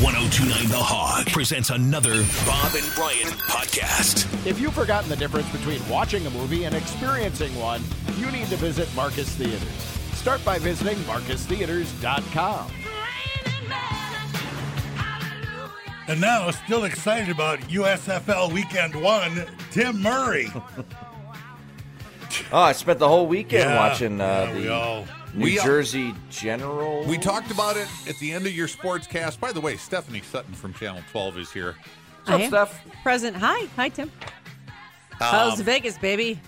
1029 The Hog presents another Bob and Brian podcast. If you've forgotten the difference between watching a movie and experiencing one, you need to visit Marcus Theaters. Start by visiting marcustheaters.com. And now, still excited about USFL Weekend One, Tim Murray. Oh, I spent the whole weekend Yeah. watching uh, Yeah, the we all- New we all- Jersey General. We talked about it at the end of your sports cast. By the way, Stephanie Sutton from Channel 12 is here. What's up, I am Steph? Present. Hi. Hi, Tim. How's Um, Vegas, baby?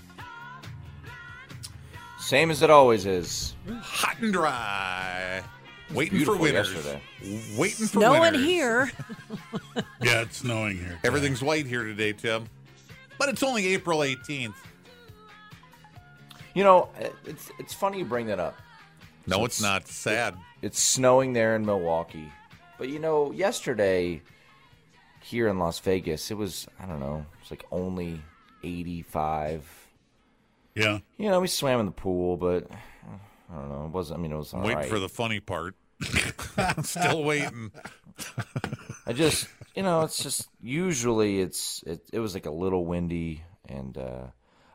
Same as it always is. Hot and dry. Waiting for beautiful winners. yesterday. Waiting for No one winners. here. Yeah, it's snowing here. Everything's white here today, Tim. But it's only April 18th. You know, it's it's funny you bring that up. No, it's not. Sad. It's snowing there in Milwaukee, but you know, yesterday here in Las Vegas, it was I don't know, it's like only eighty-five. Yeah, You know, we swam in the pool, but I don't know. It wasn't. I mean, it was all I'm right. waiting for the funny part. Still waiting. I just, you know, it's just usually it's it, it was like a little windy and uh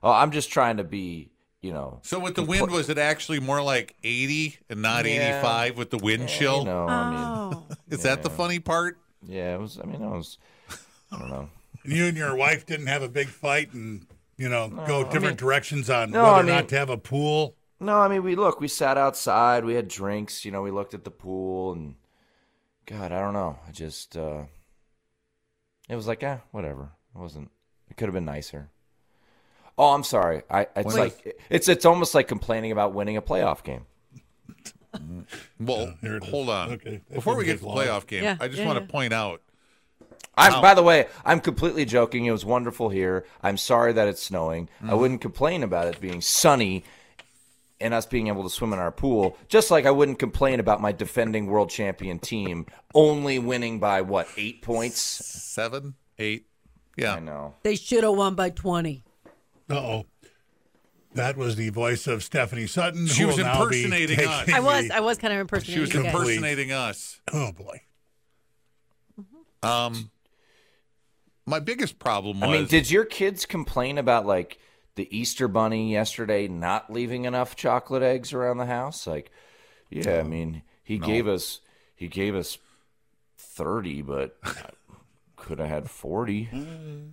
oh, I'm just trying to be, you know, So with the wind, was it actually more like 80 and not Yeah. 85 with the wind chill? you know, I Oh. Is that the funny part? mean, yeah, it was I mean, it was I don't know. and you and your wife didn't have a big fight, and you know, go different directions on No, whether I or not mean- to have a pool. No, I mean, we look, we sat outside, we had drinks, you know, we looked at the pool and god, I don't know. I just uh it was like, eh, whatever. It wasn't it could have been nicer. Oh, I'm sorry. I it's Wait. like it's it's almost like complaining about winning a playoff game. Well, here it is. hold on. Okay. That Before we get didn't to the take long. playoff game, Yeah, I just yeah, want yeah. to point out I'm, by the way, I'm completely joking. It was wonderful here. I'm sorry that it's snowing. I wouldn't complain about it being sunny and us being able to swim in our pool, just like I wouldn't complain about my defending world champion team only winning by what eight points. seven, eight. Yeah. I know. They should have won by 20. Uh oh. That was the voice of Stephanie Sutton. She who was will now be impersonating taking us. the- I was. I was kind of impersonating She was you guys. imperson- impersonating us. oh boy. Um, my biggest problem was I mean, did your kids complain about like the Easter Bunny yesterday not leaving enough chocolate eggs around the house? Like, yeah, I mean, he gave us he gave us thirty, but I could have had forty.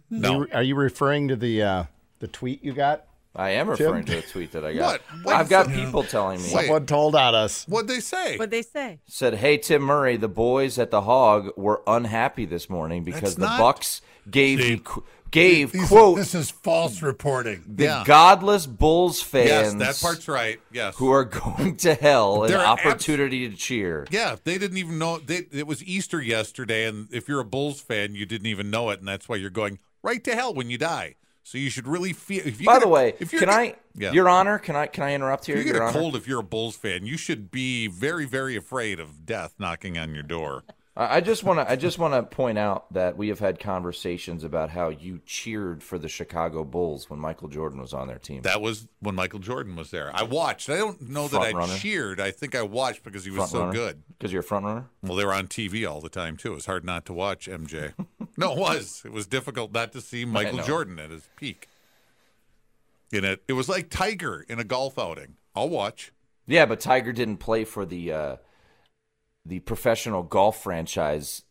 no. Are you referring to the uh, the tweet you got? I am referring to a tweet that I got. What? Wait, I've got so- people telling me. Wait. Someone told on us. What'd they say? What'd they say? Said, "Hey Tim Murray, the boys at the Hog were unhappy this morning because That's the not- Bucks gave See, the- gave These- quote This is false reporting. the Yeah. godless Bulls yes, fans that part's right. Yes. who are going to hell an They're abs- opportunity to cheer." yeah, they didn't even know they, it was Easter yesterday, and if you're a Bulls fan, you didn't even know it, and that's why you're going right to hell when you die. So you should really feel. If you By get the a- way, if you're can get- I, Yeah. Your Honor, can I can I interrupt here, If you get Your a Honor? cold if you're a Bulls fan. You should be very, very afraid of death knocking on your door. I I just want to I just want to point out that we have had conversations about how you cheered for the Chicago Bulls when Michael Jordan was on their team. That was when Michael Jordan was there. I watched. I don't know that Front I runner. cheered. I think I watched because he was so good. because you're a front runner. Well, they were on TV all the time too. It was hard not to watch MJ. no, it was. It was difficult not to see Michael know. Jordan at his peak. In it, it was like Tiger in a golf outing. I'll watch. Yeah, but Tiger didn't play for the uh, the professional golf franchise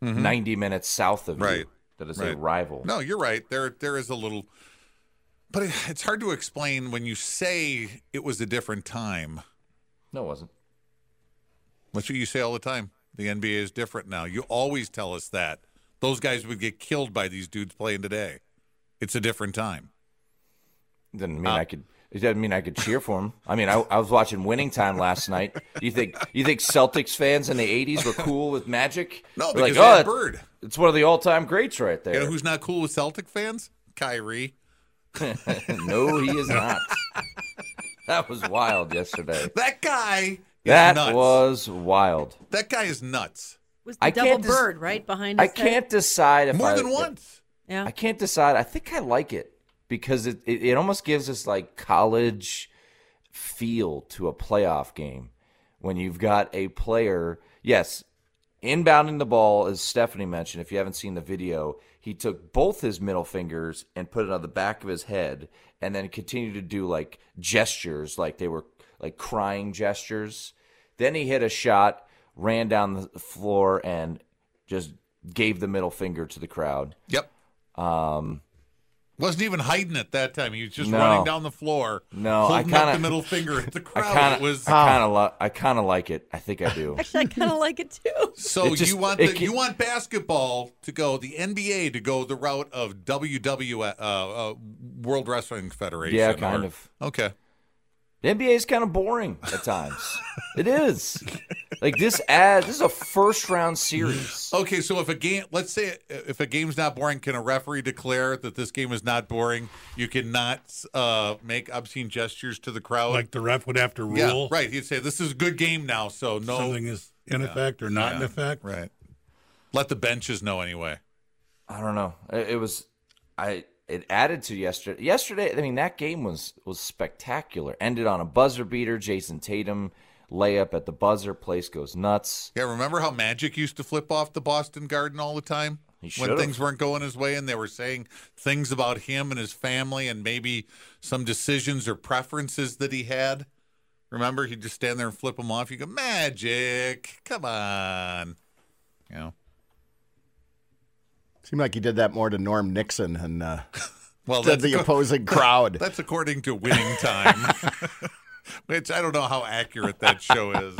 ninety minutes south of you Mm-hmm. Right. That is a Right. rival. No, you're right. There, there is a little, but it, it's hard to explain when you say it was a different time. no, it wasn't. That's what you say all the time. The NBA is different now. You always tell us that. Those guys would get killed by these dudes playing today. It's a different time. Didn't mean I could. It doesn't mean I could cheer for him. I mean, I, I was watching Winning Time last night. You think you think Celtics fans in the '80s were cool with Magic? No, They're because oh, they had it's- Bird. It's one of the all-time greats right You know there. who's not cool with Celtic fans? Kyrie. no, he is not. that was wild yesterday. That guy is That nuts. was wild. that guy is nuts. Was the I double can't dis- bird right behind I us? can't decide if More I, than once. Yeah. I can't decide. I think I like it because it, it, it almost gives this like college feel to a playoff game when you've got a player. Yes, Inbounding the ball, as Stephanie mentioned, if you haven't seen the video, he took both his middle fingers and put it on the back of his head and then continued to do like gestures, like they were like crying gestures. Then he hit a shot, ran down the floor, and just gave the middle finger to the crowd. Yep. Um, wasn't even hiding it that time. He was just Um, No. running down the floor. No, I holding up kinda- the middle finger at the I Uh, crowd. kind It of, was I kind of, lo- I kind of like it. I think I do. Actually, I kind of like it too. so it just- you want it the, ca- you want basketball to go the NBA to go the route of WW uh, uh, World Wrestling Federation. Yeah, kind or- of. Okay. The NBA is kind of boring at times. it is. Like this ad, this is a first round series. Okay, so if a game, let's say if a game's not boring, can a referee declare that this game is not boring? You cannot uh, make obscene gestures to the crowd. Like the ref would have to rule. yeah, right. He'd say this is a good game now, so no, Something is in effect or not in Yeah, effect. Right. Let the benches know anyway. I don't know. It, it was, I it added to yesterday. Yesterday, I mean that game was was spectacular. Ended on a buzzer beater. Jason Tatum layup at the buzzer. Place goes nuts. Yeah, remember how Magic used to flip off the Boston Garden all the time He when should've. things weren't going his way, and they were saying things about him and his family, and maybe some decisions or preferences that he had. Remember, he'd just stand there and flip them off. You go, Magic, come on. You know. Seemed like he did that more to Norm Nixon and uh, Well, to Oh, that's the co- opposing crowd. that's according to Winning Time, which I don't know how accurate that show is.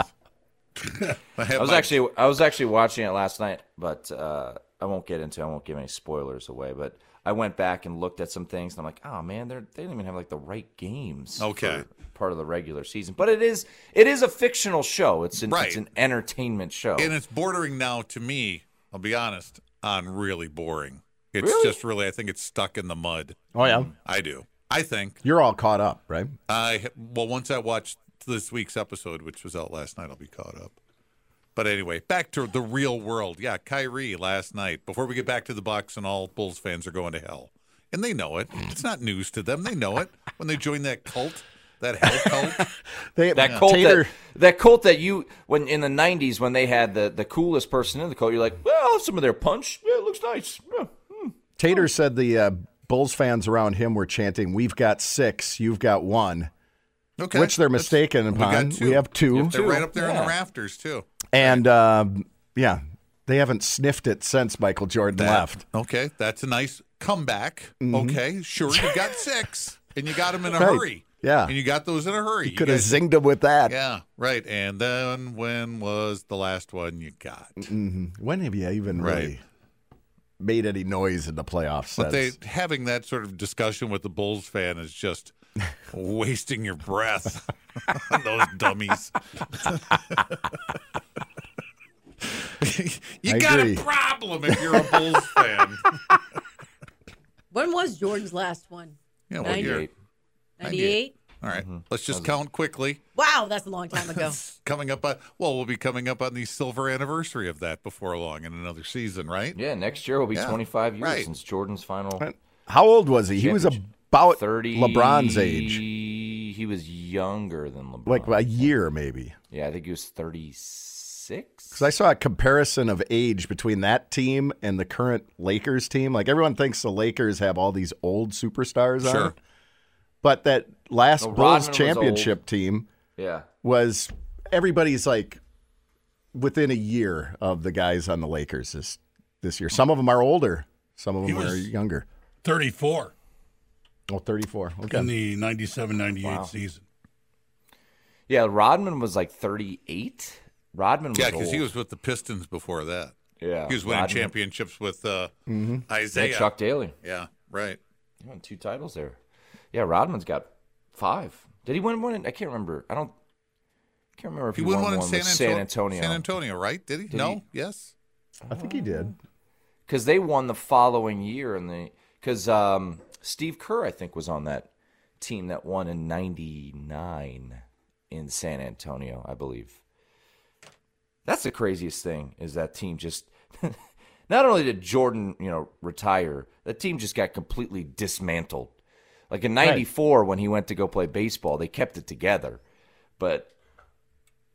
I, have I was my- actually I was actually watching it last night, but uh, I won't get into I won't give any spoilers away. But I went back and looked at some things, and I'm like, oh man, they're, they didn't even have like the right games. Okay. for part of the regular season, but it is it is a fictional show. It's an Right. it's an entertainment show. Oh. and it's bordering now to me i'll be honest on really boring it's Really? just really i think it's stuck in the mud oh yeah, i do i think you're all caught up, right? i well once i watch this week's episode which was out last night i'll be caught up but anyway back to the real world yeah kyrie last night before we get back to the bucks and all bulls fans are going to hell and they know it it's not news to them they know it when they join that cult that hell cult They, that cult Tater, that, that cult that you when in the 90s when they had the the coolest person in the cult, you're like, well, I'll have some of their punch. Yeah, it looks nice. Yeah. Tater said the uh, Bulls fans around him were chanting, "We've got six, you've got one," okay which they're that's- mistaken we got upon. two. have two, they're right up there in the Yeah. rafters too and um yeah, they haven't sniffed it since Michael Jordan That- left. Mm-hmm. Okay, that's a nice comeback. Okay, sure, you got six, and you got them in a Right, hurry. yeah. and you got those in a hurry. You Could have guys- zinged him with that. yeah, right. And then when was the last one you got? When have you even Right. really made any noise in the playoffs? But they since? having that sort of discussion with the Bulls fan is just wasting your breath on those dummies. you I got agree. a problem if you're a Bulls fan. When was Jordan's last one? yeah, well, you're, 98. 98. Ninety-eight. all right, Mm-hmm. let's just count quickly. Wow, that's a long time ago. coming up on well we'll be coming up on the silver anniversary of that before long in another season right Yeah, next year will be Yeah, 25 years right. since Jordan's final How old was he? He was Championship. about 30 Oh, LeBron's age, He was younger than LeBron. like a year maybe. yeah, I think he was 36. Because I saw a comparison of age between that team and the current Lakers team. Like everyone thinks the Lakers have all these old superstars on Sure. it, but that last No, Rodman Bulls was championship team Yeah. was everybody's like within a year of the guys on the Lakers this this year. Some of them are older, some of them are was- younger. 34 Oh, 34. Okay. in the 97 98 season. Yeah, Rodman was like 38. Rodman was yeah because he old. was with the pistons before that yeah, he was winning Rodman- championships with uh Yeah, isaiah Chuck Daly. yeah right He won two titles there. Yeah, Rodman's got five. Did he win one? In, I can't remember. I don't. Can't remember if he, he, won won one in with san, San Antonio. san antonio right did he Did no he? yes I think he did. because they won the following year and the because um, Steve Kerr I think was on that team that won in '99 in San Antonio I believe. That's the craziest thing is that team just not only did Jordan you know retire that team just got completely dismantled. Like in '94 when he went to go play baseball they kept it together, but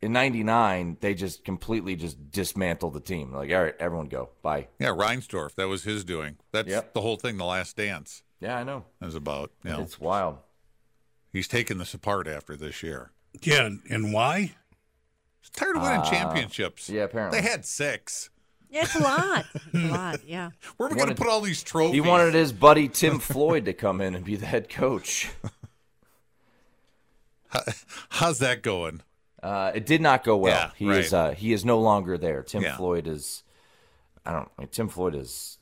in '99 they just completely just dismantled the team. Like, all right, everyone go, bye. Yeah, Reinsdorf. That was his doing. That's Yep. the whole thing. The Last Dance Yeah, I know. is about. You know, It's wild. he's taking this apart after this year. Yeah, and- and why? He's tired of winning championships. Ah, yeah, apparently. they had six. Yeah, it's a lot. It's a lot, yeah. Where are we going to Wanted- put all these trophies? He wanted his buddy Tim Floyd to come in and be the head coach. How's that going? Uh, it did not go well. Yeah, he right. is uh, he is no longer there. Tim Yeah. Floyd is I don't I mean, Tim Floyd is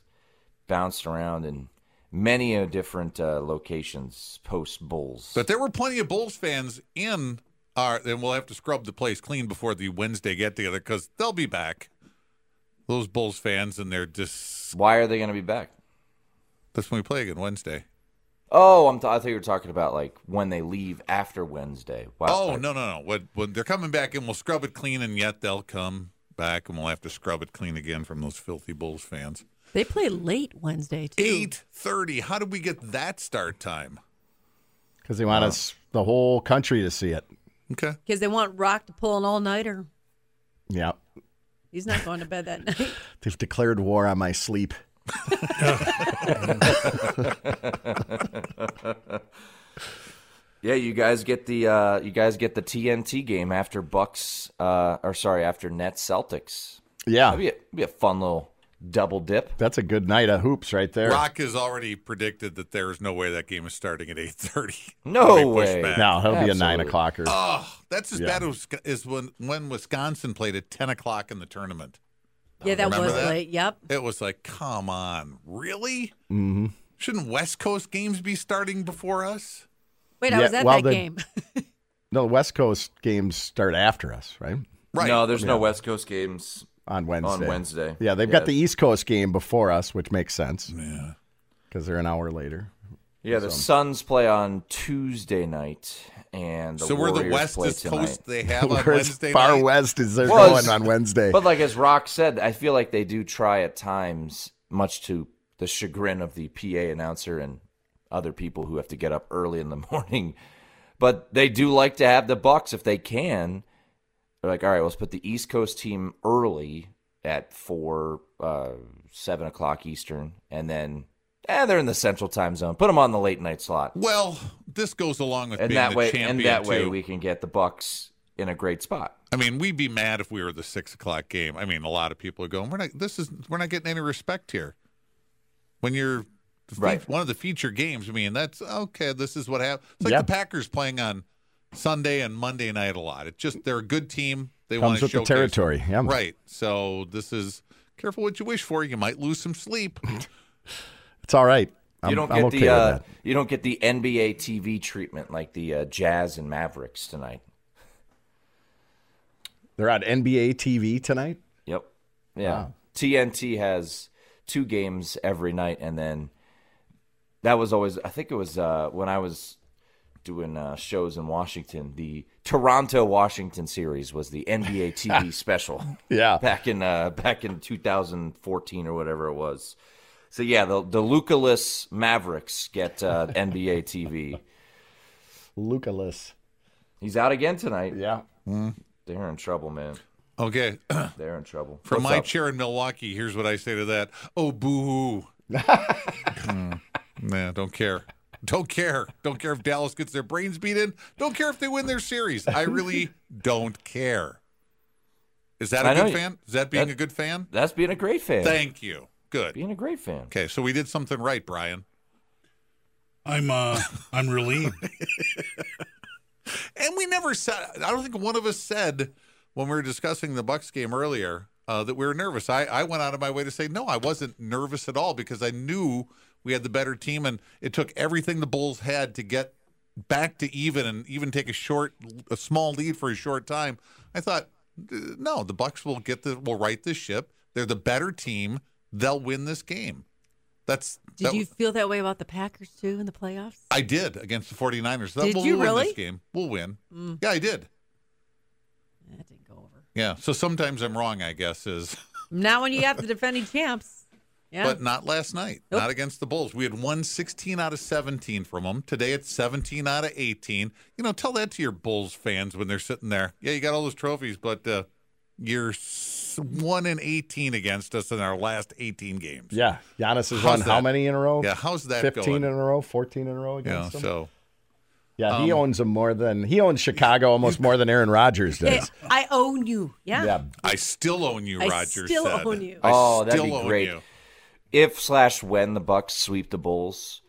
bounced around in many a different uh, locations post Bulls. But there were plenty of Bulls fans in our, and we'll have to scrub the place clean before the Wednesday get together because they'll be back. Those Bulls fans and their dis. Why are they going to be back? That's when we play again Wednesday. Oh, I'm t- I thought you were talking about like when they leave after Wednesday. Wow. Oh I- no no no! When, when they're coming back and we'll scrub it clean, and yet they'll come back and we'll have to scrub it clean again from those filthy Bulls fans. They play late Wednesday, too. Eight thirty. How did we get that start time? Because they want us, the whole country, to see it. Okay. Because they want Rock to pull an all nighter. Yeah. He's not going to bed that night. They've declared war on my sleep. Yeah, you guys get the uh, you guys get the TNT game after Bucks uh, or sorry, after Nets Celtics. Yeah. That'd be a, that'd be a fun little double dip. That's a good night of hoops right there. Rock has already predicted that there is no way that game is starting at eight thirty. No They push way. back. No, it'll be a Absolutely. nine o'clocker. Uh, That's as bad as, as when when Wisconsin played at ten o'clock in the tournament. yeah, that Remember was that? late. Yep. It was like, come on, really? Mm-hmm. Shouldn't West Coast games be starting before us? Wait, I Yeah, was at well, that the- game. no, the West Coast games start after us, right? Right. No, there's no West Coast games On Wednesday. on Wednesday. Yeah, they've got the East Coast game before us, which makes sense. Yeah. Because they're an hour later. Yeah, the Suns play on Tuesday night, and the so we're the Warriors play westest tonight. coast they have on Whereas Wednesday far night. west as they're Well, going it's- on Wednesday. But like as Rock said, I feel like they do try at times, much to the chagrin of the PA announcer and other people who have to get up early in the morning. But they do like to have the Bucks if they can. They're like, all right, let's put the East Coast team early at four, uh, seven o'clock Eastern, and then. Eh, they're in the central time zone. Put them on the late night slot. Well, this goes along with and being that the way champion and that too. way we can get the bucks in a great spot I mean, we'd be mad if we were the six o'clock game. I mean, a lot of people are going, "We're not. This is we're not getting any respect here." When you're the fe- Right. one of the feature games, I mean, that's okay. This is what happens. It's like Yeah. the Packers playing on Sunday and Monday night a lot. It's just they're a good team. They Comes want to with the showcase- territory. Yeah. right? So this is careful what you wish for. You might lose some sleep. It's all right. I'm, you don't I'm get okay the with uh, that. you don't get the nba tv treatment like the uh, jazz and mavericks tonight They're on NBA TV tonight. yep yeah tnt has two games every night and then that was always i think it was uh, when i was doing uh, shows in washington the toronto washington series was the nba tv special Yeah. back in uh, back in 2014 or whatever it was. So yeah, the the Lucaless Mavericks get uh, NBA TV. Lucaless. He's out again tonight. Yeah. They're in trouble, man. Okay. They're in trouble. From What's my up? chair in Milwaukee, here's what I say to that. Oh, boo hoo. nah, don't care. Don't care. Don't care if Dallas gets their brains beat in. Don't care if they win their series. I really don't care. Is that a I know good you- fan? Is that being that- a good fan? that's being a great fan. Thank you. Good. being a great fan. Okay, so we did something right, Brian. I'm uh, I'm relieved. And we never said. I don't think one of us said when we were discussing the Bucks game earlier uh, that we were nervous. I, I went out of my way to say no, I wasn't nervous at all because I knew we had the better team, and it took everything the Bulls had to get back to even and even take a short, a small lead for a short time. I thought, "Uh, no, the Bucks will get the will right this ship. They're the better team. They'll win this game. That's Did that- you feel that way about the Packers, too, in the playoffs? I did against the 49ers. That Did we'll you win really? Mm. this game. We'll win. Yeah, I did. That didn't go over. Yeah. So sometimes I'm wrong, I guess, is Not when you have the defending champs. Yeah. But not last night. Nope. Not against the Bulls. We had won 16 out of 17 from them. Today it's 17 out of 18. You know, tell that to your Bulls fans when they're sitting there. Yeah, you got all those trophies, but uh, you're s- 1 and 18 against us in our last 18 games. Yeah, Giannis has How's won how that? many in a row? Yeah, how's that 15 going? in a row, 14 in a row Yeah, against him. so um, yeah, he owns them more than he owns Chicago almost more than Aaron Rodgers Hey, does. I own you. Yeah. Yeah, I still own you, I Roger still said. own you. I Oh, that'd still be own great. you. if slash when the Bucks sweep the Bulls,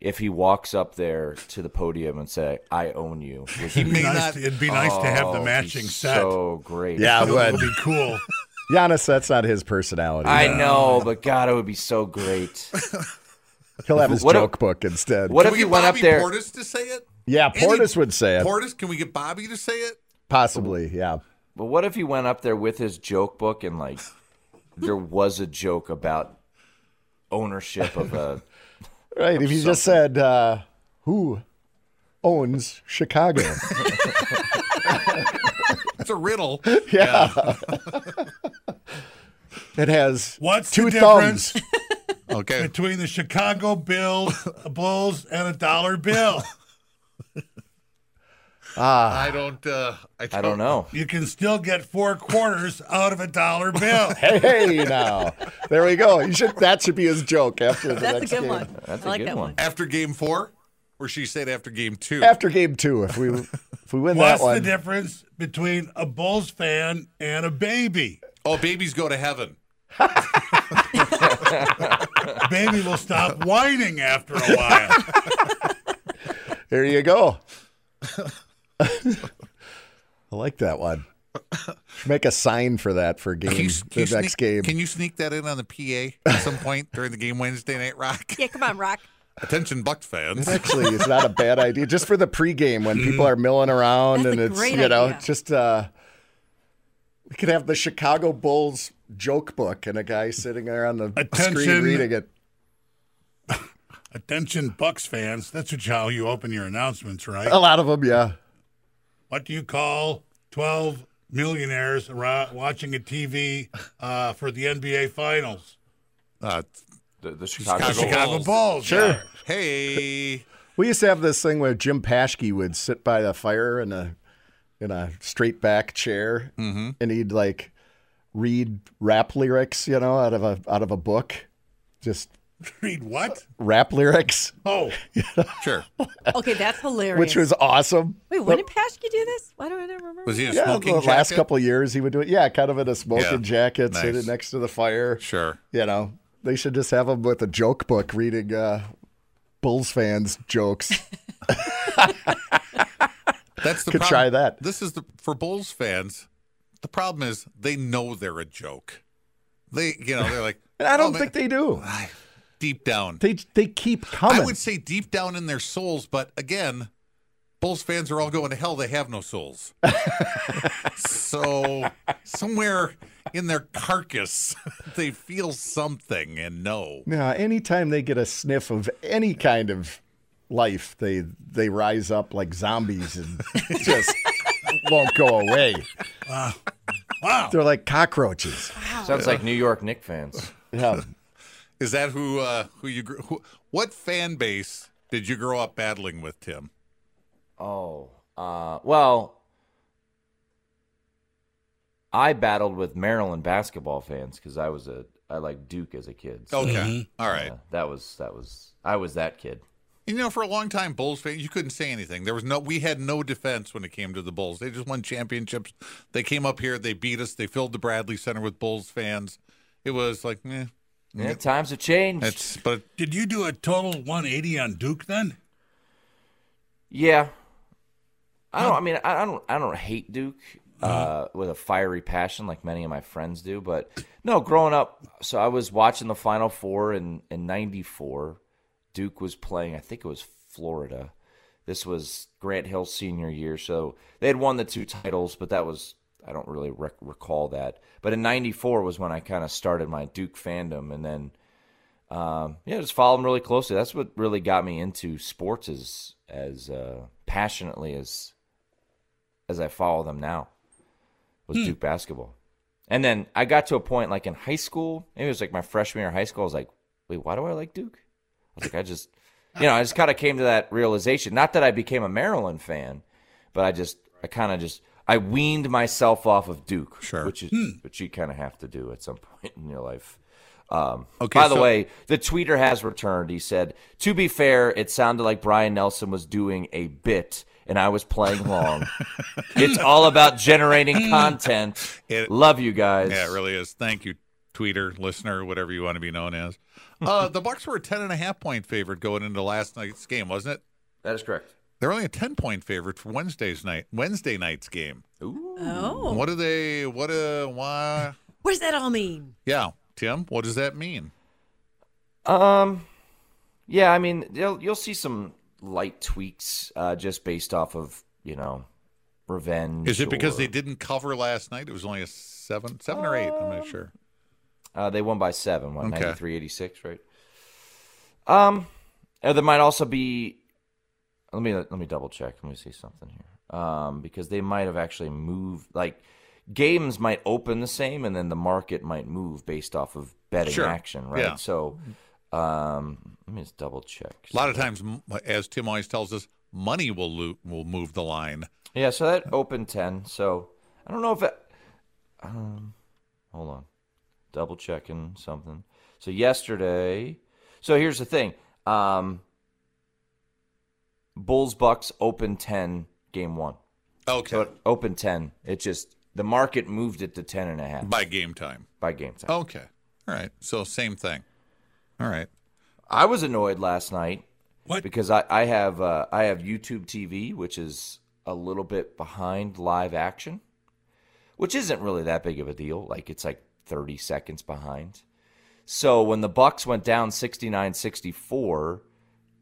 if he walks up there to the podium and say, "I own you," would It'd be, may nice, not- to, it'd be nice to have the Oh, matching set. So great. yeah, That would but be cool. Giannis, that's not his personality. I know, but God, it would be so great. He'll have his What if- joke book instead. What Can if we he get went Bobby up there? Portis to say it? yeah, Any- Portis would say it. Portis, can we get Bobby to say it? Possibly, yeah. But what if he went up there with his joke book and like there was a joke about ownership of a Right. If you just said, uh, who owns Chicago? It's a riddle. yeah. it has What's two the difference thumbs. Okay. between the Chicago Bill, Bulls and a dollar bill? I don't. Uh, I, don't I don't know. You can still get four quarters out of a dollar bill. Hey, hey, now. There we go. You should, that should be his joke after the That's a next good game. one. That's I a like good that one. one. After game four, or she said after game two. After game two, if we if we win What's that one. the difference between a Bulls fan and a baby? oh, babies go to heaven. Baby will stop whining after a while. There you go. I like that one. Should Make a sign for that for game the you next sneak, game. Can you sneak that in on the PA at some point during the game Wednesday night? Rock. Yeah, come on, Rock. Attention, Bucks fans. Actually, it's not a bad idea. Just for the pregame when people are milling around That's and a it's great you know idea. just uh, we could have the Chicago Bulls joke book and a guy sitting there on the screen Attention. reading it. Attention, Bucks fans. That's what- how you open your announcements, right? A lot of them, yeah. What do you call 12 millionaires around watching a TV uh, for the NBA Finals? Uh, The, the Chicago, Chicago Bulls. Chicago Bulls. Sure. hey, We used to have this thing where Jim Paschke would sit by the fire in a in a straight back chair, and he'd like read rap lyrics, you know, out of a out of a book, just Read what? rap lyrics, Oh, sure. Okay, that's hilarious. which was awesome. Wait, when did Paschke do this? Why do I never remember? Was he a Yeah, smoking the last jacket? couple of years he would do it. Yeah, kind of in a smoking Yeah. jacket, sitting Nice. next to the fire. Sure. You know, they should just have him with a joke book reading uh, Bulls fans jokes. That's the Could problem. try that. This is the for Bulls fans. The problem is they know they're a joke. They, you know, they're like. And I "Oh, don't man." think they do. deep down. They they keep coming. I would say deep down in their souls, but again, Bulls fans are all going to hell. They have no souls. so somewhere in their carcass, they feel something and know. Now, anytime they get a sniff of any kind of life, they they rise up like zombies and just won't go away. wow. They're like cockroaches. Sounds like New York Knicks fans. Yeah. Is that who uh, who you grew? Who, what fan base did you grow up battling with, Tim? Oh, uh, well, I battled with Maryland basketball fans because I was a I liked Duke as a kid. so, Okay, all right. uh, that was that was I was that kid. You know, for a long time, Bulls fans, you couldn't say anything. There was no, we had no defense when it came to the Bulls. They just won championships. They came up here, they beat us, they filled the Bradley Center with Bulls fans. It was like, eh, Yeah, times have changed. that's, but Did you do a total 180 on Duke then? Yeah. I don't. I mean, I I don't. I don't hate Duke uh, with a fiery passion like many of my friends do. But no, growing up, so I was watching the Final Four in in '94. Duke was playing. I think it was Florida. This was Grant Hill's senior year, so they had won the two titles, but that was I don't really rec- recall that. But in '94 was when I kind of started my Duke fandom, and then um, yeah, just follow them really closely. That's what really got me into sports as as uh, Hmm. passionately as as I follow them now was Duke basketball. And then I got to a point like in high school, maybe it was like my freshman year of high school. I was like, wait, why do I like Duke? I was like, I just, you know, I just kind of came to that realization. Not that I became a Maryland fan, but I just, I kind of just, I weaned myself off of Duke, Sure. Hmm. which is, which you kind of have to do at some point in your life. Um, Okay, by the so- way, the tweeter has returned. He said, "To be fair, it sounded like Brian Nelson was doing a bit, and I was playing along. it's all about generating content. It- Love you guys. Yeah, it really is. Thank you, tweeter, listener, whatever you want to be known as. Uh, the Bucks were a ten and a half point favorite going into last night's game, wasn't it? That is correct. They're only a ten point favorite for Wednesday's night, Wednesday night's game. Oh, What do they? What? Uh, why? what does that all mean? Yeah, Tim. What does that mean? Um, yeah, I mean, you'll you'll see some light tweaks uh, just based off of you know revenge. Is it because or- they didn't cover last night? It was only a seven, seven or eight. I'm Um, not sure. Uh, they won by seven, what, Okay. 93 86, right? Um, and there might also be. Let me let me double check. Let me see something here. Um, because they might have actually moved. Like games might open the same, and then the market might move based off of betting Sure. action, right? Yeah. So, um, let me just double check. A lot of times, m- as Tim always tells us, money will lo- will move the line. Yeah, so that opened 10. So I don't know if it. Um, hold on. Double checking something. So yesterday. So here's the thing um, Bulls Bucks opened 10 game one. Okay, So it opened 10. It just. The market moved it to 10 and a half by game time. by game time. Okay, all right. So same thing. All right. I was annoyed last night What? because I, I have uh, I have YouTube TV, which is a little bit behind live action, which isn't really that big of a deal. Like it's like 30 seconds behind. So when the Bucks went down 69-64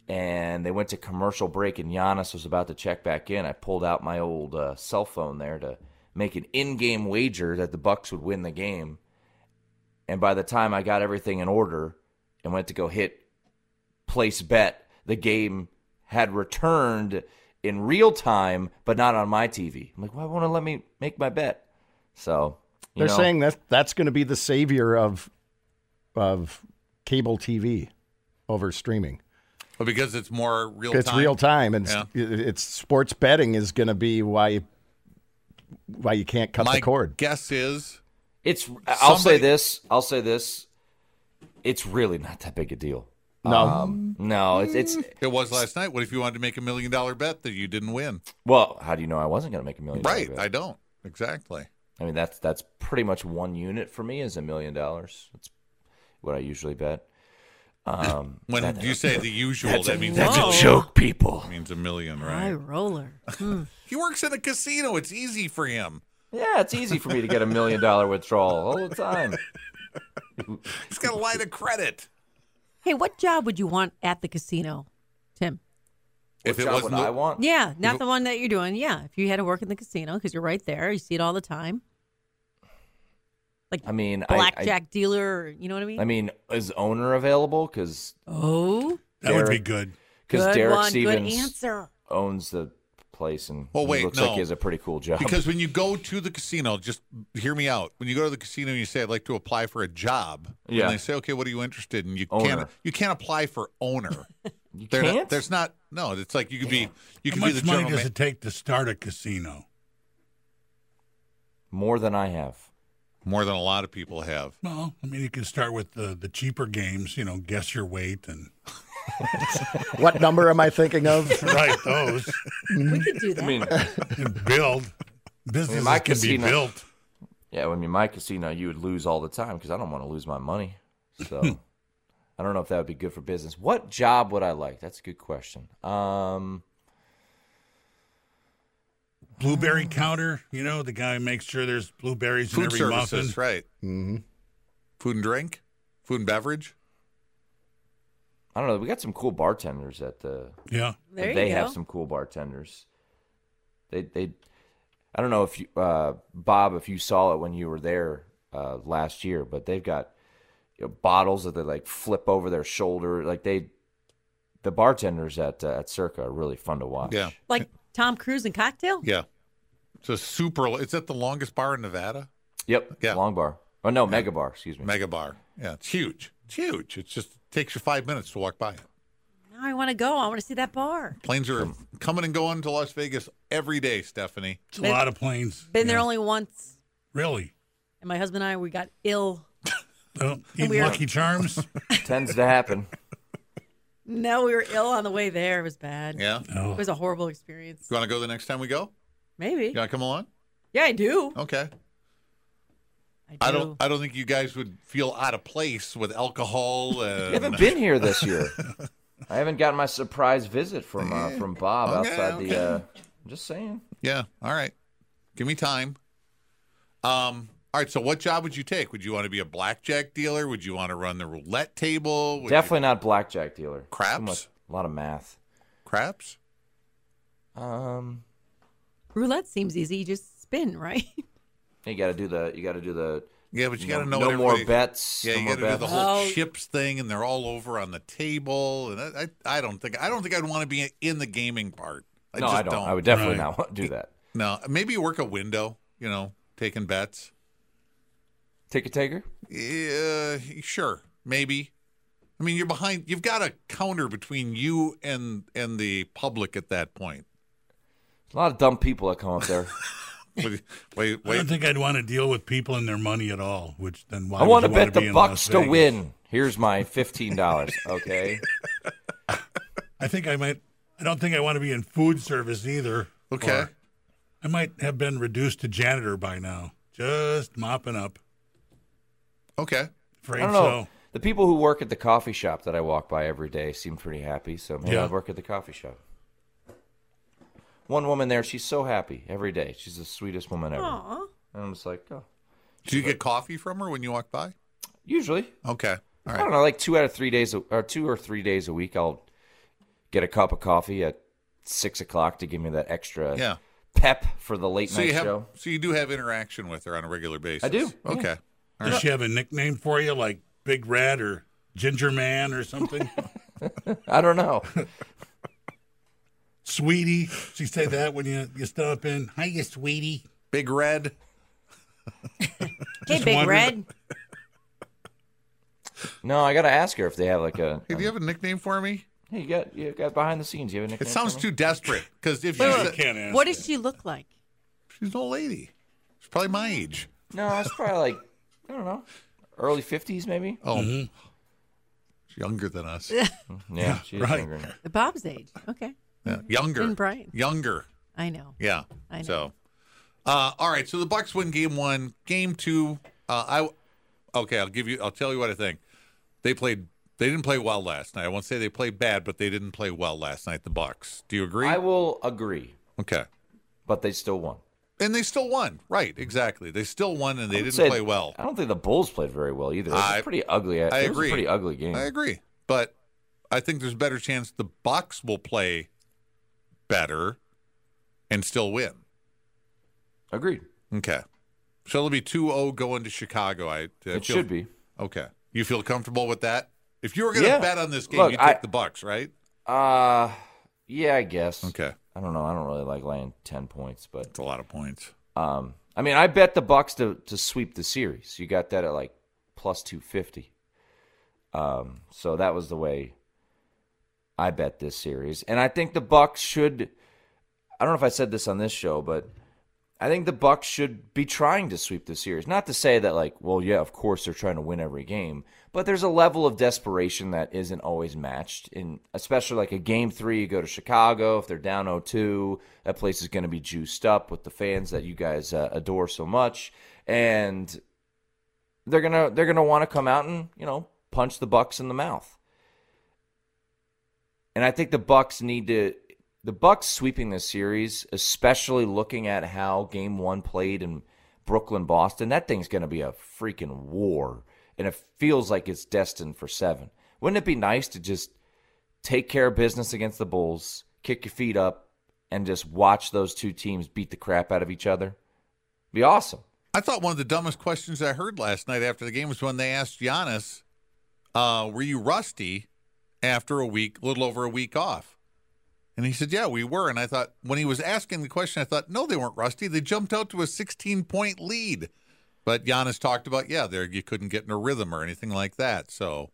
and they went to commercial break and Giannis was about to check back in, I pulled out my old uh, cell phone there to make an in-game wager that the Bucks would win the game. And by the time I got everything in order and went to go hit place bet, the game had returned in real time, but not on my TV. I'm like, why won't it let me make my bet? So you They're know, saying that that's going to be the savior of of cable TV over streaming. Well, because it's more real. It's real time, and Yeah. it- it's sports betting is going to be why why you can't cut My the cord. guess is it's. I'll somebody- say this. I'll say this. It's really not that big a deal. Um, No, um, No, it's it's. it was last night. What if you wanted to make a million dollar bet that you didn't win? Well, how do you know I wasn't going to make a million? dollar Right. bet? I don't exactly. I mean, that's that's pretty much one unit for me is a million dollars. That's what I usually bet. Um, When you say the usual, that means That's a that Whoa. joke, people. means a million, right? High roller. Hmm. He works in a casino. It's easy for him. Yeah, it's easy for me to get a million dollar withdrawal all the time. He's got a line of credit. hey, what job would you want at the casino, Tim? If What it job wasn't would I the- want? Yeah, not the one that you're doing. Yeah, if you had to work in the casino because you're right there, you see it all the time. Like I mean, I- I- blackjack dealer, you know what I mean? I mean, is owner available? Because oh, That would be Derek. good good. because Derek one, good Stevens answer. owns the place and Well, he wait, looks no. like he has a pretty cool job. Because when you go to the casino, just hear me out. When you go to the casino and you say, "I'd like to apply for a job," Yeah. and they say, "Okay, what are you interested in?" You Owner. can't you can't apply for owner. you They're can't. Not, there's not no. It's like you could be you How could be the much money general. does ma- it take to start a casino? more than I have. More than a lot of people have. Well, I mean, you can start with the, the cheaper games, you know, guess your weight and what number am I thinking of? right those We could do that. I mean, and build. Businesses my can be casino- built. yeah, I mean, my casino, you would lose all the time because I don't want to lose my money. So I don't know if that would be good for business. What job would I like? That's a good question. Um, Blueberry counter, you know, the guy makes sure there's blueberries in Food every services, muffin. right? Mm-hmm. Food and drink, food and beverage. I don't know. We got some cool bartenders at the Yeah. there you they go. have some cool bartenders. They they I don't know if you uh, Bob if you saw it when you were there uh, last year, but they've got you know, bottles that they like flip over their shoulder. Like they the bartenders at uh, at Circa are really fun to watch. Yeah, like Tom Cruise and cocktail. yeah. It's a super. Is that the longest bar in Nevada? Yep. Yeah. Long bar. Oh no, mega bar. Excuse me. Mega bar. Yeah, it's huge. It's huge. It's just takes you five minutes to walk by it. Now I want to go. I want to see that bar. Planes are coming and going to Las Vegas every day, Stephanie. It's a lot of planes. Been there only once, Really? and my husband and I we got ill. Uh, eat Weird. Lucky Charms? Tends to happen. No, we were ill on the way there. It was bad. Yeah. It was a horrible experience. You want to go the next time we go? Maybe. You want to come along? Yeah, I do. Oh, Okay. I do. I don't. I don't think you guys would feel out of place with alcohol. I And haven't been here this year. I haven't gotten my surprise visit from uh, from Bob Okay, outside the. okay. Uh, I'm just saying. yeah. All right. Give me time. Um. All right. So, what job would you take? Would you want to be a blackjack dealer? Would you want to run the roulette table? Would you- Definitely not blackjack dealer. Craps? Too much- a lot of math. craps. Um, Roulette seems easy. You just spin, right? you got to do the. You got to do the. Yeah, but you got to know no, what no more everybody- bets. Yeah, no you more got to do the bets. whole Oh. chips thing, and they're all over on the table. And I, I, I don't think I don't think I'd want to be in the gaming part. I no, just I don't. I would definitely Right. not want to do that. No, maybe work a window. You know, taking bets. Ticket taker. Yeah, sure, maybe. I mean, you're behind. You've got a counter between you and and the public at that point. A lot of dumb people that come up there. Wait, wait, I don't wait. think I'd want to deal with people and their money at all. Which then why I would want to you bet be the in Bucks Las to Vegas? win. Here's my fifteen dollars. Okay. I think I might. I don't think I want to be in food service either. Okay. Or I might have been reduced to janitor by now, just mopping up. Okay. Afraid I don't know. The people who work at the coffee shop that I walk by every day seem pretty happy, so maybe Yeah. I work at the coffee shop. One woman there, she's so happy every day. She's the sweetest woman ever. Aw. And I'm just like, oh. Do you get coffee from her when you walk by? Usually, Okay. All I don't right. know, like two out of three days, a- or two or three days a week, I'll get a cup of coffee at six o'clock to give me that extra Yeah. pep for the late So night you have show. so you do have interaction with her on a regular basis. I do, yeah. Okay. so. Does she have a nickname for you, like Big Red or Ginger Man or something? I don't know. sweetie, she say that when you you stop in. Hiya, sweetie. Big Red. Hey, Big wondering- Red. no, I gotta ask her if they have like a. Hey, do you have a nickname for me? Hey, you got you got behind the scenes. You have a It nickname? sounds for me? too desperate because if You she's, a- can't ask. What does she look like? she's an old lady, she's probably my age. No, it's probably like I don't know, early fifties maybe. Oh, she's younger than us. Yeah, she's right. younger. than- Bob's age. Okay. Yeah, Younger. And Brian. Younger. I know. Yeah. I know. So, uh, all right. So the Bucks win game one. Game two. Uh, I okay. I'll give you. I'll tell you what I think. They played. They didn't play well last night. I won't say they played bad, but they didn't play well last night. The Bucks. Do you agree? I will agree, okay. but they still won. And they still won. Right. Exactly. They still won, and they I would didn't say- play well. I don't think the Bulls played very well either. It was I- a pretty ugly. I it was agree. a pretty ugly game. I agree. But I think there's a better chance the Bucks will play better and still win. Agreed. Okay. So it'll be 2 0 going to Chicago. I, I It feel- should be. Okay. You feel comfortable with that? If you were going to Yeah. bet on this game, Look, you'd I- take the Bucks, right? Uh yeah, I guess. Okay. I don't know. I don't really like laying ten points, but It's a lot of points. um, I mean, I bet the Bucks to to sweep the series. You got that at like plus two fifty. Um, so that was the way I bet this series, and I think the Bucks should. I don't know if I said this on this show, but I think the Bucks should be trying to sweep the series. Not to say that, like, well, yeah, of course they're trying to win every game, but there's a level of desperation that isn't always matched. In especially like a game three, you go to Chicago. If they're down 0-2, that place is going to be juiced up with the fans that you guys uh, adore so much, and they're gonna they're gonna want to come out and you know punch the Bucks in the mouth. And I think the Bucks need to the Bucks sweeping this series, especially looking at how game 1 played in Brooklyn Boston, that thing's going to be a freaking war and it feels like it's destined for 7. Wouldn't it be nice to just take care of business against the Bulls, kick your feet up and just watch those two teams beat the crap out of each other? Be awesome. I thought one of the dumbest questions I heard last night after the game was when they asked Giannis, uh, "Were you rusty after a week, a little over a week off?" And he said, "Yeah, we were." And I thought when he was asking the question, I thought, "No, they weren't rusty. They jumped out to a 16 point lead." But Giannis talked about, yeah, there you couldn't get in a rhythm or anything like that. So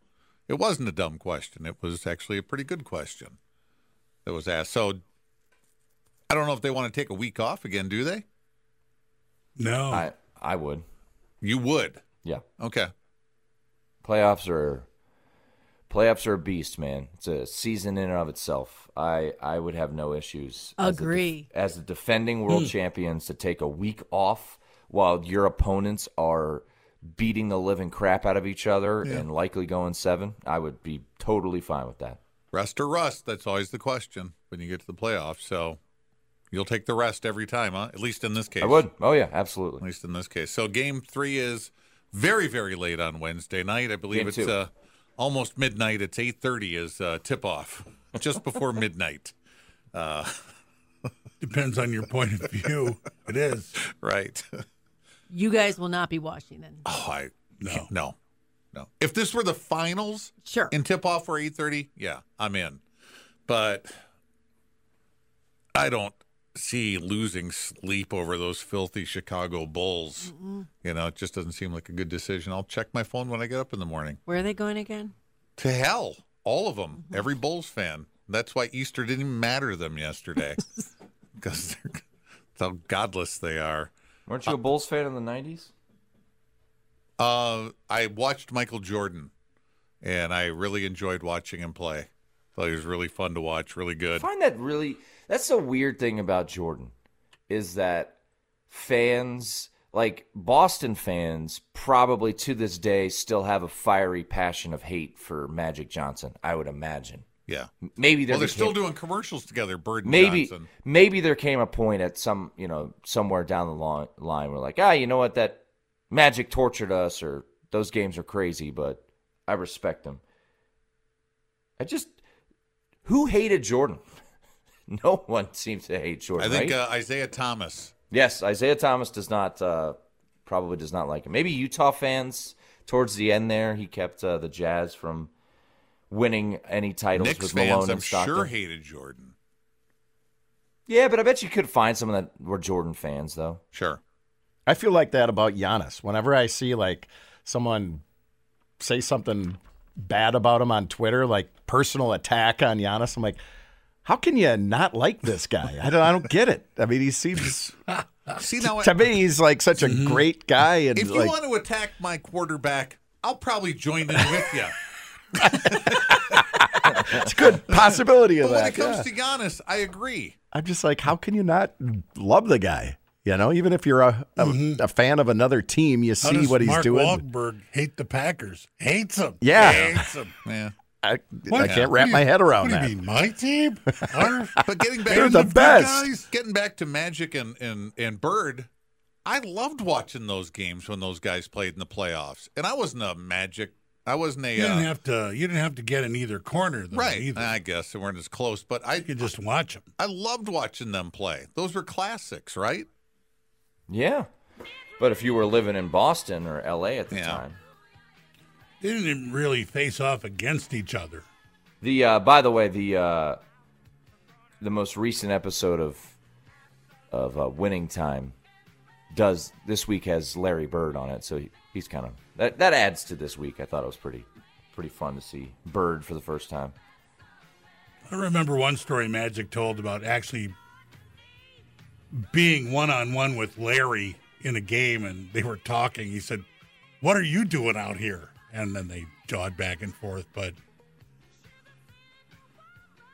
it wasn't a dumb question. It was actually a pretty good question that was asked. So I don't know if they want to take a week off again, do they? No. I I would. You would. Yeah. Okay. Playoffs are playoffs are a beast, man. It's a season in and of itself. I I would have no issues. as a def- Agree. As the defending world champions to take a week off while your opponents are beating the living crap out of each other and likely going seven, I would be totally fine with that. Rest or rust? That's always the question when you get to the playoffs. So you'll take the rest every time, huh? At least in this case. I would. Oh yeah, At absolutely. least in this case. So game three is very, very late on Wednesday night. I believe Game it's two. uh, almost midnight. It's 8.30 is uh, tip-off, just before midnight. Uh, Depends on your point of view. it is. Right. You guys will not be watching then. Oh, I no. no, no. If this were the finals Sure. and tip off were eight thirty, yeah, I'm in. But I don't see losing sleep over those filthy Chicago Bulls. You know, it just doesn't seem like a good decision. I'll check my phone when I get up in the morning. Where are they going again? To hell, all of them. Every Bulls fan. That's why Easter didn't even matter to them yesterday because they're that's how godless they are. Weren't you a Bulls fan in the nineties? Uh, I watched Michael Jordan, and I really enjoyed watching him play. Thought he was really fun to watch, really good. I find that really that's the weird thing about Jordan is that fans like Boston fans probably to this day still have a fiery passion of hate for Magic Johnson, I would imagine. Yeah. Maybe there Well, they're became- still doing commercials together. Bird and maybe Johnson. maybe there came a point at some you know somewhere down the long, line where like ah you know what that magic tortured us or those games are crazy but i respect them i just who hated jordan no one seems to hate I jordan think right? uh, Isaiah Thomas. yes isaiah thomas does not uh, probably does not like him maybe utah fans towards the end there he kept uh, the jazz from winning any titles Knicks with malone fans, I'm and stockton sure, hated Jordan. yeah but i bet you could find some that were jordan fans though Sure. I feel like that about Giannis. Whenever I see like someone say something bad about him on Twitter, like personal attack on Giannis, I'm like, how can you not like this guy? I don't, I don't get it. I mean, he seems See, now, to Uh, me he's like such a great guy, and if you like, want to attack my quarterback, I'll probably join in with you. it's a good possibility of But when that. it comes yeah. to Giannis, I agree. I'm just like, how can you not love the guy? You know, even if you're a, a, a fan of another team, you How see does what he's Mark doing. Wahlberg hate the Packers. Hates them. Yeah. Hates them. Yeah. I, What? I can't wrap my head around what that. do you mean, my team? Our- But getting back They're to the best. guys, getting back to Magic and, and and Bird, I loved watching those games when those guys played in the playoffs. And I wasn't a Magic. I wasn't a You uh, didn't have to. You didn't have to get in either corner, though. right. Either. I guess they weren't as close, but I you could just watch them. I loved watching them play. Those were classics, right? Yeah. But if you were living in Boston or LA at the Yeah. time. They didn't even really face off against each other. The uh by the way, the uh the most recent episode of of uh, Winning Time does this week has Larry Bird on it, so he, he's kind of that that adds to this week. I thought it was pretty pretty fun to see Bird for the first time. I remember one story Magic told about actually being one on one with Larry in a game, and they were talking. He said, "What are you doing out here?" And then they jawed back and forth, but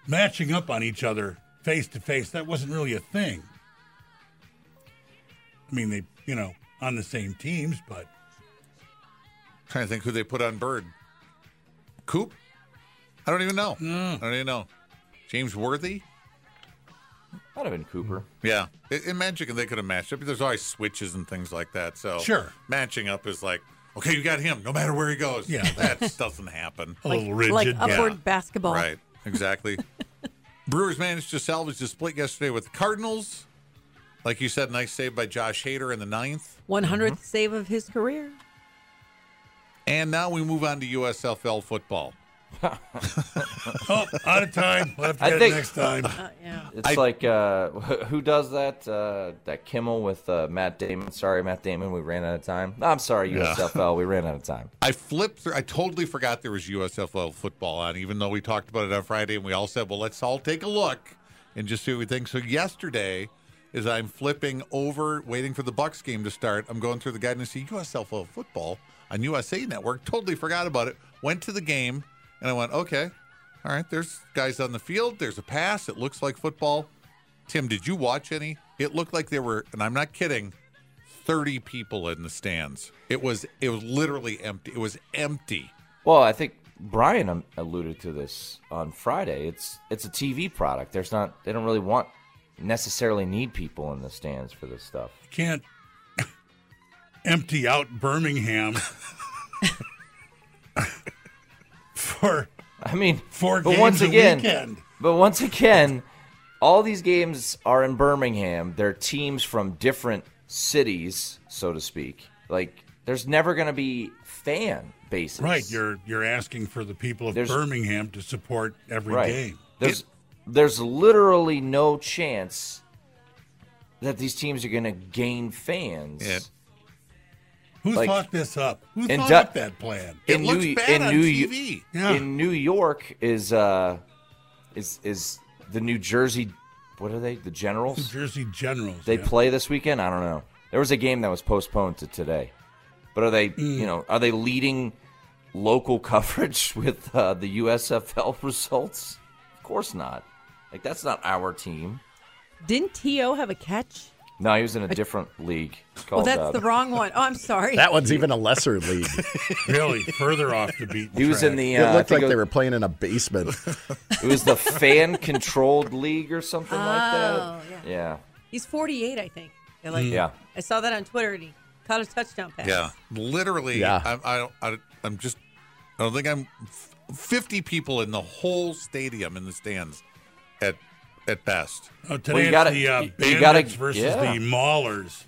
matching up on each other face to face that wasn't really a thing. I mean, they you know on the same teams, but trying to think who they put on Bird. Coop? I don't even know. Hmm. I don't even know. James Worthy? Might have been Cooper. Yeah, I- in Magic, and they could have matched up. There's always switches and things like that. So Sure. matching up is like, okay, you got him, no matter where he goes. Yeah. that doesn't happen. a little Like, rigid. like yeah. upward basketball. Right, exactly. Brewers managed to salvage the split yesterday with the Cardinals. Like you said, nice save by Josh Hader in the ninth. 100th save of his career. And now we move on to USFL football. Oh, out of time. We'll have to I get it think- next time. Uh, yeah. It's like uh, who does that? Uh, that Kimmel with uh, Matt Damon. Sorry, Matt Damon. We ran out of time. I'm sorry, USFL. we ran out of time. I flipped through. I totally forgot there was USFL football on, even though we talked about it on Friday and we all said, well, let's all take a look and just see what we think. So yesterday, as I'm flipping over, waiting for the Bucks game to start, I'm going through the guide and I see USFL football on USA Network. Totally forgot about it. Went to the game and I went, okay, all right, there's guys on the field. There's a pass. It looks like football. Tim, did you watch any? It looked like there were, and I'm not kidding. 30 people in the stands. It was it was literally empty. It was empty. Well, I think Brian um, alluded to this on Friday. It's it's a TV product. There's not they don't really want necessarily need people in the stands for this stuff. Can't empty out Birmingham for I mean, four but games once a again, weekend. but once again, all these games are in Birmingham. They're teams from different cities, so to speak. Like there's never going to be fan bases. Right, you're you're asking for the people of There's- Birmingham to support every game. There's there's literally no chance that these teams are going to gain fans. Yeah. Who Like- thought this up? Who And thought du- up that plan? It In looks New- bad in on New- TV. Yeah. In New York is uh is is the New Jersey what are they? The New Generals? Jersey Generals. They yeah. play this weekend? I don't know. There was a game that was postponed to today. But are they, you know, are they leading local coverage with uh, the USFL results? Of course not. Like that's not our team. Didn't T.O. have a catch? No, he was in a different league. It's Well, called, that's uh, the wrong one. Oh, I'm sorry. That one's even a lesser league. really further off the beaten. He was in track. the. It Uh, I looked think like it, they were playing in a basement. it was the fan-controlled league or something like Oh, that. yeah. Yeah. He's 48, I think. They're like, Yeah. I saw that on Twitter, and he caught a touchdown pass. Yeah, literally. Yeah. I'm, I don't. I, don't- I'm just. I don't think I'm. f- Fifty people in the whole stadium in the stands, at at best. Oh, today Well, you it's gotta- the uh, you- bandits you gotta- versus yeah. the maulers.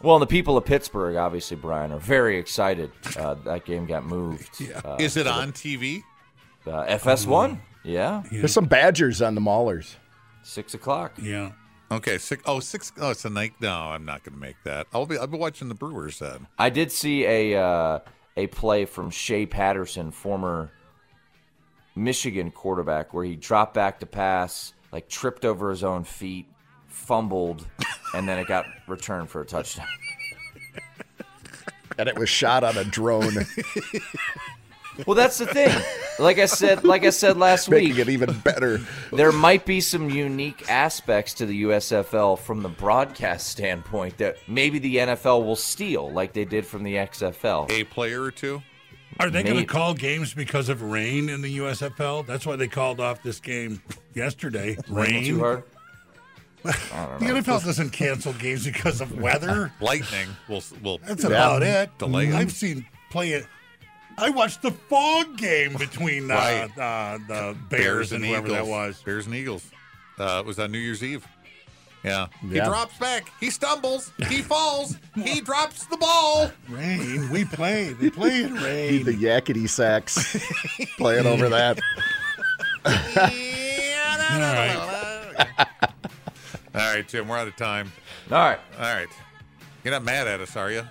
Well, and the people of Pittsburgh, obviously, Brian, are very excited. Uh, that game got moved. Uh, Is it on TV? uh, FS1? Yeah. There's some Badgers on the Maulers. Six o'clock. Yeah. Okay, six oh six oh it's a night. No, I'm not going to make that. I'll be. I'll be watching the Brewers then. I did see a uh, a play from Shea Patterson, former Michigan quarterback, where he dropped back to pass, like tripped over his own feet, fumbled, and then it got returned for a touchdown. And it was shot on a drone, Well, that's the thing. Like I said, like I said last week, making it even better. there might be some unique aspects to the USFL from the broadcast standpoint that maybe the NFL will steal, like they did from the XFL. A player or two. Are they going to Maybe. call games because of rain in the USFL? That's why they called off this game yesterday. Rain. Too hard. The NFL doesn't cancel games because of weather. Lightning. We'll. We'll. That's about it. Delay. I've seen play it. I watched the fog game between uh, Right. uh, the Bears, and whoever that was. Bears and Eagles. Uh, it was on New Year's Eve. Yeah. He Yeah. drops back. He stumbles. He falls. he drops the ball. Rain. We play. They play in rain. The yakety sax playing over that. Yeah, All right. All right, Tim, we're out of time. All right. All right. You're not mad at us, are you?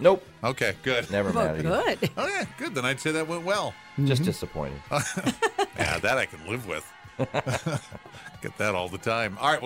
Nope. Okay, good. Never Well, mind. good. Okay, good. Then I'd say that went well. Just disappointed. Yeah, that I can live with. Get that all the time. All right.